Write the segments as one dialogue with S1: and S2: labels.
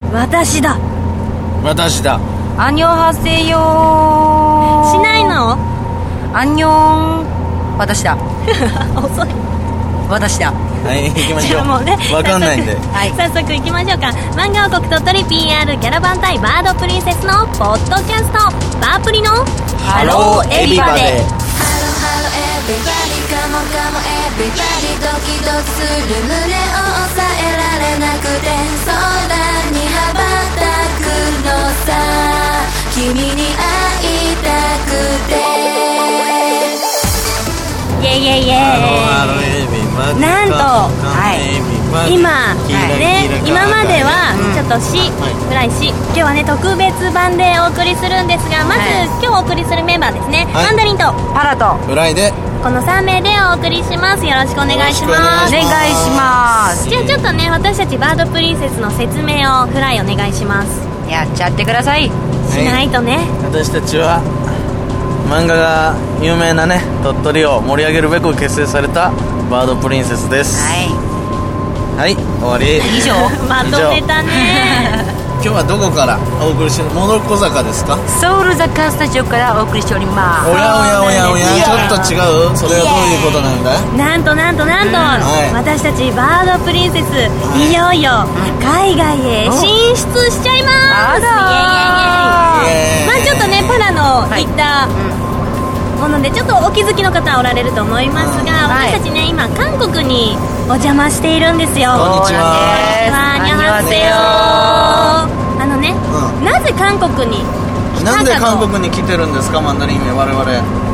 S1: 私だ
S2: 私だ
S3: アンニョンハセヨ
S1: しないの
S3: アンニョン私だ
S1: 遅い
S3: 私だ
S2: はい行きましょう
S1: じゃあもうね
S2: わかんないんで
S3: はい
S1: 早速行きましょうか漫画王国鳥取 PR キャラバン対バードプリンセスのポッドキャストバープリのハ
S3: ハローエビバデ
S4: Hello, hello, everybody, come on, come on, everybody ドキドキする胸を抑えられなくて空に羽ばたくのさ君に会いたくて
S1: イエイイエイイエ
S2: ハローハローエビバデ
S1: なんと
S3: はい
S1: イ今ね今までは
S3: うん
S1: ちょっとし
S2: はい
S1: 暗いし今日はね特別版でお送りするんですがまず
S3: はい
S1: 今日お送りするメンバーですね
S2: はい
S1: マンダリンと
S3: パラと
S2: フライで
S1: この3名でお送りしますよろしくお願いしま
S3: お
S1: す
S3: 願
S2: よ
S3: いします
S2: ろく
S1: じゃあちょっとね私たちバードプリンセスの説明をフライお願いします
S3: やっちゃってください
S1: しないとね
S2: 私たちは漫画が有名なね鳥取を盛り上げるべく結成されたバードプリンセスです
S3: は
S2: はい、終わり
S3: い以上
S1: まとめたね
S2: 今日はどこからお送りしてるモノコ坂ですか
S3: ソウルザカースタジオからお送りしておりま
S2: おやおやおやおやちょっと違うそれはどういうことなんだ
S1: なんとなんとなんと、
S2: はい
S1: 私たちバードプリンセス、い、よいよ海外へ進出しちゃいます
S3: あら
S1: イエイイ
S2: イエーイ
S1: エイイエイまあちょっとねパラの言ったものでちょっとお気づきの方おられると思いますが、
S3: はい
S1: 私たちね今韓国にお邪魔しているんですよ
S2: こんにち
S1: こんにち
S3: は
S1: はアニョハセヨあのね、
S2: う
S1: なぜ韓国に来
S2: なんで
S1: たか
S2: 韓
S1: と
S2: 国に来てるんですかマンダリン名我々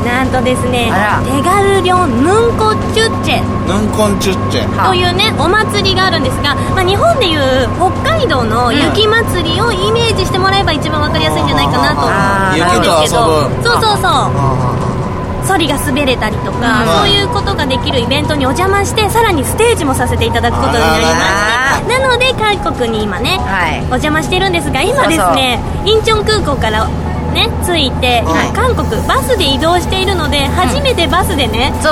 S1: なんとですね
S3: あら
S1: 手軽料ヌンコチュッチェ
S2: ヌンコンチュッチェ
S3: は
S1: というねお祭りがあるんですが、まあ、日本でいう北海道の雪祭りをイメージしてもらえば一番わかりやすいんじゃないかなと
S3: あー
S1: 思うんですけど
S2: 雪と遊ぶ
S1: そうそうそうソリが滑れたりとか、
S2: うん
S1: そういうことができるイベントにお邪魔してさらにステージもさせていただくことになりま
S3: あ
S1: してなので韓国に今ね、
S3: はい
S1: お邪魔してるんですが今ですねインチョン空港からね着いて、
S2: はい
S1: 韓国バスで移動しているので初めてバスでね、
S3: そ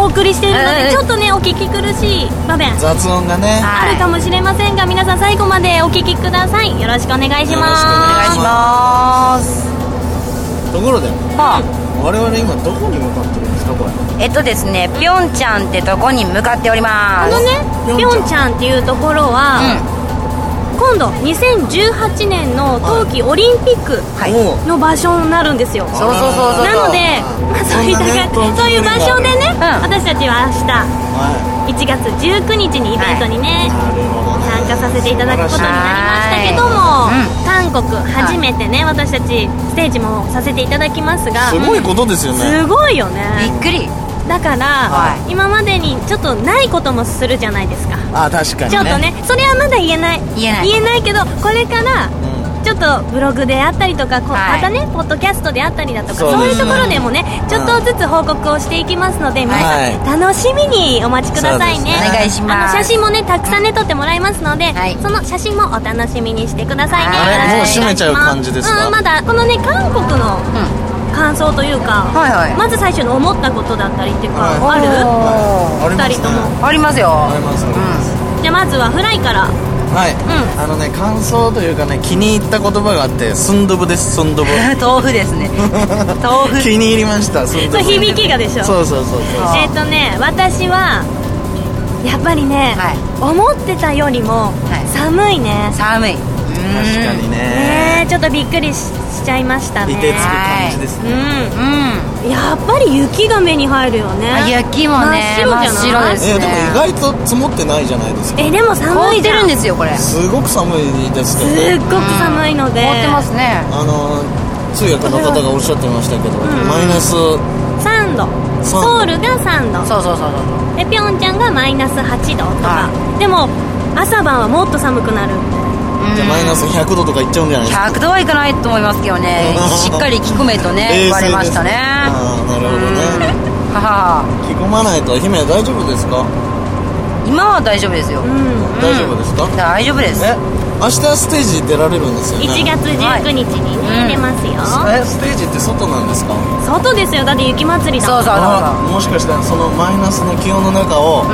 S3: う
S1: お送りしているの
S3: う
S1: で
S3: ん
S1: ちょっとねお聞き苦しい場面
S2: 雑音がね
S3: は
S1: あ
S3: い
S1: るかもしれませんが皆さん最後までお聞きくださいよろしくお願いし
S3: お願いし
S1: ます
S3: ます
S2: ところで
S3: はあ
S2: 我々今どこに向かってるんですかこれ
S3: えっとですねピョンチャンってとこに向かっており
S1: あ
S3: ま
S1: の
S3: す
S1: ね
S2: ぴ
S1: ぴ
S2: ょんちゃん
S1: ょんちゃんっていうところは、今度2018年の冬季オリンピック
S3: はい
S2: おう
S1: の場所になるんですよ
S3: そうそうそうそう
S1: なので、まあ、そういった
S2: そんなね
S1: かそういう場所でね、
S3: ん
S1: 私たちは
S2: は
S1: 明日1月19日にイベントにね
S2: い、なるほどね
S1: 参加させていただくことになりましたけども、韓国初めてね、私たちステージもさせていただきますが
S2: すごいことですよね
S1: すごいよ
S3: びっ
S1: ね
S3: くり
S1: だから、
S3: は
S1: 今までにちょっとないこともするじゃないですか
S2: あ確かにね
S1: ちょっとねそれはまだ言えない
S3: 言えない
S1: けどこれから
S2: うん
S1: ちょっとブログであったりとか、こう
S3: はい
S1: またねポッドキャストであったりだとか
S2: そ
S1: そうう
S2: で
S1: い
S2: す
S1: う
S2: ね
S1: ところでもねちょっとずつ報告をしていきますので、皆
S2: は
S1: さん楽しみにお待ちくださいね
S2: そうですね
S3: お願いします
S1: あの写真もねたくさんね撮ってもらいますので、
S3: はい
S1: その写真もお楽しみにしてくださいね
S3: あれ
S1: よろしくお
S2: もう閉め
S1: 願いします
S2: ちゃう感じですか
S1: うんまだこのね韓国の感想というか、
S3: はいはい
S1: まず最初に思ったことだったりっていうか、
S2: は
S1: ある
S2: はいありますね
S1: 二人とも
S3: ありますよ
S2: ありますあります
S1: じゃあまずはフライから
S2: はい、あのね感想というかね気に入った言葉があってスンドゥブですスンドゥブ
S3: 豆腐です ね豆腐
S2: 気に入りましたスンド
S1: それ
S2: ゥブ
S1: 響きがでしょ
S2: そうそうそうそう
S1: えっ、とね私はやっぱりね、
S3: はい
S1: 思ってたよりも
S3: い
S1: 寒いね、
S3: 寒い
S2: 確かにね
S1: ねえちょっとびっくりししちゃいましたね
S2: 凍てつく感じですね
S1: う
S3: うん
S1: んやっぱり雪が目に入るよ
S3: あ
S1: ね
S3: 雪もね
S1: 真っ白じゃない
S3: 真っ白ですね
S2: えーでも意外と積もってないじゃないですか
S1: えでも寒
S3: 凍
S1: い
S3: っ
S1: じ
S3: て
S1: ゃ
S3: る
S1: ん
S3: んですよこれ凍っ
S2: すごく寒いですけど
S1: すっごく寒いので、
S3: てますね
S2: あの通訳の方がおっしゃってましたけど、
S1: ん
S2: マイナス
S1: 3度
S2: 三度
S1: ソウルが3度
S3: そうそうそうそう
S1: でピョンチャンがマイナス8度とか、でも朝晩はもっと寒くなる
S2: じゃあマイナス100度とかいっちゃうんじゃないですか
S3: 100度はいかないと思いますけどね しっかり着込めとね
S2: 冷静
S3: 言われましたね
S2: ですああなるほどね
S3: はは
S2: 着込まないと姫大丈夫ですか
S3: 今は大丈夫ですよ、
S1: うん
S2: 大丈夫ですか、
S3: 大丈夫です
S2: え明日ステージ出られるんですよね
S1: 1月19日にね、
S3: はい
S1: 出ますよ、
S2: えステージって外なんですか
S1: 外ですよだって雪祭りだ
S3: そうそうそうそう
S2: あもしかしたらそのマイナスの気温の中を、
S3: ん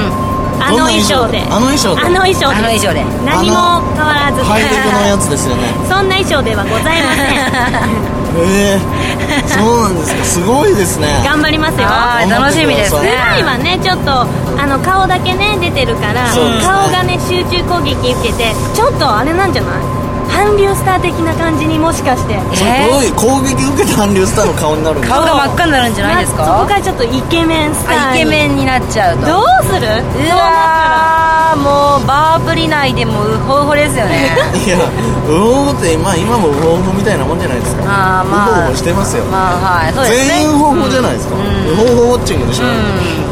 S2: ど
S1: あ
S2: ん
S1: の
S2: な
S1: 衣装で
S2: あの衣装で
S1: あの衣装
S3: あの
S1: で
S3: 以上で
S1: 何も変わらず
S2: ハイテクのやつですよ ね
S1: そんな衣装ではございません
S2: ええそうなんですかすごいですね
S1: 頑張りますよ
S3: はい楽しみです
S2: 頑張って
S3: ね
S2: くだ
S1: 普段はねちょっとあの顔だけね出てるから、
S2: そうですね
S1: 顔がね集中攻撃受けてちょっとあれなんじゃない韓流スター的な感じにもしかして
S2: それどういう攻撃受けた韓流スターの顔になるんです
S3: 顔
S2: か
S3: が真っ赤になるんじゃないです
S1: まあそこ
S3: か
S1: からちょっとイケメンスタ
S3: あ
S1: ー
S3: イケ
S1: に
S3: メンになっちゃうと
S1: どうする
S3: うわーもうバープリ内でもウホウホですよね
S2: いやウホウホって、まあ、今もウホウホみたいなもんじゃないですか
S3: あーまあ
S2: ウホウホしてますよ、
S3: まあはいそうですね
S2: 全員ウホウホじゃないですか、
S3: うん
S2: ウホウホウォッチングでしょ、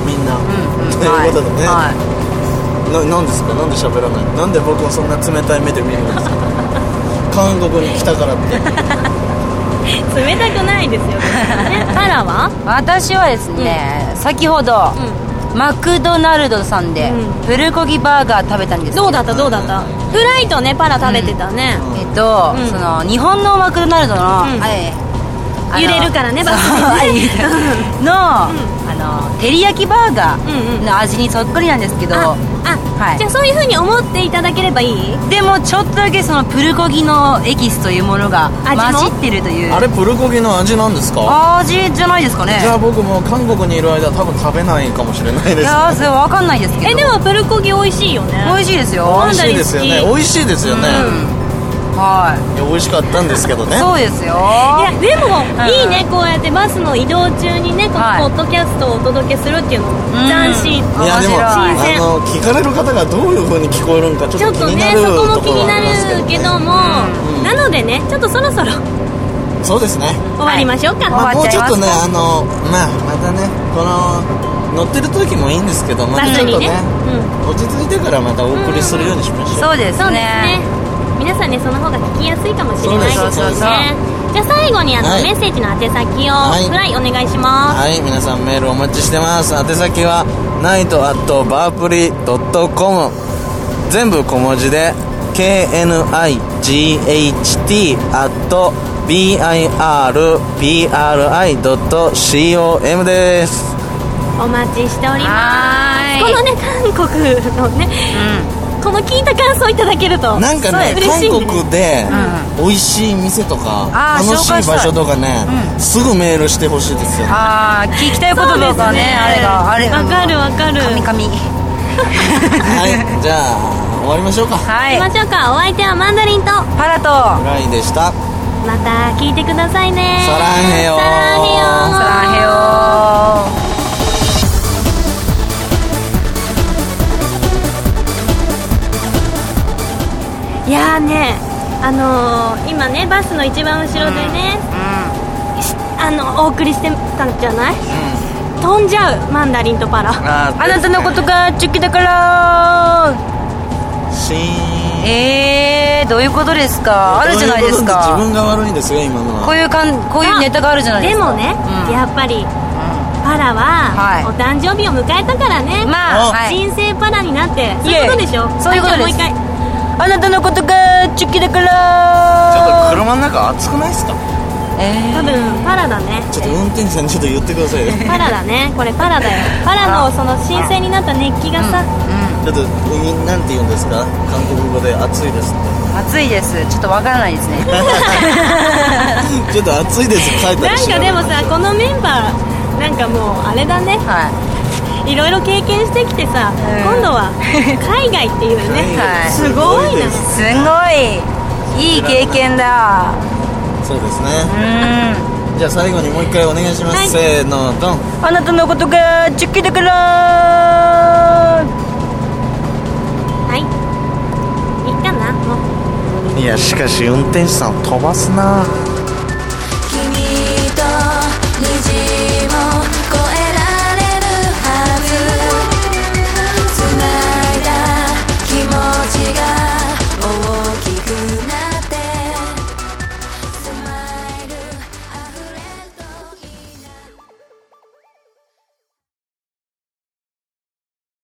S2: みんな、
S3: うんうん
S2: ということでね、
S3: はいはい
S2: ななんですかなんで喋らないなんで僕をそんな冷たい目で見るんです か韓国に来たからって
S1: 冷たくないですよね カラは
S3: 私はですね、先ほど、マクドナルドさんで、
S1: う
S3: プルコギバーガー食べたんですけ
S1: どうだったどうだったフライとねパラ食べてたね、
S3: えっと、
S1: うん
S3: その日本のマクドナルドの、
S1: ん
S3: あえあの
S1: 揺れるからね
S3: そう
S1: バスにね
S3: あ揺れるの、あの照り焼きバーガ
S1: うんう
S3: ー
S1: ん
S3: の味にそっくりなんですけど、
S1: ああ、
S3: はい
S1: じゃあそういう風に思っていただければいい
S3: でもちょっとだけそのプルコギのエキスというものが
S1: 味も
S3: 混じってるという
S2: あれプルコギの味なんですか
S3: 味じゃないですかね
S2: じゃあ僕もう韓国にいる間多分食べないかもしれない
S3: い
S2: です
S3: やーそれ分かんないですけど
S1: えでもプルコギ美味しいよね
S3: 美味しいですよ
S1: 美
S2: 美
S1: 味
S2: 味しいですよね
S1: かなり好き
S2: 美味しいですよね、
S3: はい
S2: や美味しかったんですけど
S3: い
S2: ね
S3: そうですよ
S1: いやでも
S3: ん
S1: いいねこうやってバスの移動中にねこ
S3: はい
S1: のポッドキャストをお届けするっていうの
S3: うん
S1: 斬新
S2: いやでも
S3: 面
S2: あ
S1: 白い
S2: の聞かれる方がどういう風に聞こえるのかち
S1: ち
S2: ょ
S1: ょ
S2: っ
S1: っ
S2: と
S1: と
S2: 気にな
S1: ね
S2: る
S1: そ
S2: と
S1: こも
S2: こ
S1: 気
S2: ろ
S1: に
S2: はあ
S1: な
S2: りますけど
S1: るけど
S2: ね
S1: も
S2: うん
S1: なのでねちょっとそろそろ
S2: そうですね
S1: 終わりましょうか、
S3: はい
S2: まあ
S3: 終
S2: も
S3: わ
S2: う
S3: っち
S2: ちょ
S3: ゃ
S2: っ
S3: い
S2: と
S3: ます
S2: ねあのまあまたねこの乗ってる時もいいんですけどま
S1: バ
S2: た
S1: ス
S2: ちょっ
S1: に
S2: と
S1: ね
S2: ね
S1: うん
S2: 落ち着いてからまたお送りするようにしましょ
S3: そう
S2: う
S3: です
S1: そうですね
S3: ね
S1: 皆さんねその方が聞きやすいかもしれないですね
S2: そうです
S1: じゃあ最後にあの、
S2: はい
S1: メッセージの宛先を
S2: はい
S1: フライお願いします
S2: はい、皆さんメールお待ちしてます。宛先は、night.barpri.com。全部小文字で、knight.birpri.com です。
S1: お待ちしております
S3: は
S1: こ
S3: ーい
S1: のね韓国のね、この聞いた感想いただけると
S2: なんかね、
S1: そう嬉し
S2: 韓
S1: いね
S2: 国で、美味しい店とか
S3: あ、ー
S2: 楽しい
S3: 紹介したい
S2: 場所とかね、すぐメールしてほしいですよね。
S3: ああ聞きたいこととかねあれがあれ
S1: わかるわかる
S3: 神々
S2: はい、じゃあ、終わりましょうか。
S3: は
S1: 行きま
S3: い
S1: しょうかお相手はマンダリンと
S3: パラと
S2: ライでした。
S1: また聞いてくださいね
S2: さらんへよ
S1: さらんへよ
S3: サラヘヨー
S1: いやーねあのー、今ねバスの一番後ろでね、しあのお送りしてたんじゃない、飛んじゃうマンダリンとパラ
S2: あ
S3: あなたのことがチュッキだから
S2: シーン。
S3: えー、どういうことですかあるじゃないです
S2: そういうこと自
S3: か
S2: 分が悪いんですよ、今のは。
S3: こういうかんこういうネタがあるじゃないですか
S1: でもね、
S3: うん
S1: やっぱりパラ
S3: はい
S1: は、お誕生日を迎えたからね
S3: まあ
S2: あ
S3: はい
S1: 人生パラになってそう
S3: イ
S1: い
S3: エイ
S1: うことでしょ
S3: そういうことです
S1: はいじゃあもう一回
S3: あなたのことがチュッキだか
S2: ちょっと
S3: ら
S2: 車の中暑くないですか
S3: え
S1: 多分パラだね
S2: ちょっと運転手さんにちょっと言ってください よ
S1: パラだねこれパラだよパラのその新鮮になった熱気がさ、
S2: ちょっとうんなんて言うんですか韓国語で暑いで すっ
S3: ー、暑いですちょっとわからないですね
S2: てちょっと暑いです書いた
S1: な
S2: り
S1: ん
S2: し
S1: か
S2: ない
S1: でもさこのメンバーなんかもうあれだね
S3: はい
S1: ろいろ経験してきてさ、
S3: うん
S1: 今度は海外っていうね、
S3: はい
S1: すごいな
S2: です
S3: すごいいい経験だ
S2: そうです
S3: う
S2: ね
S3: ん
S2: じゃあ最後にもう一回お願いします、
S1: はい
S2: せーのドン
S3: あなたのことがチュッキだから
S1: はいいいかなもう
S2: いやしかし運転手さん飛ばすな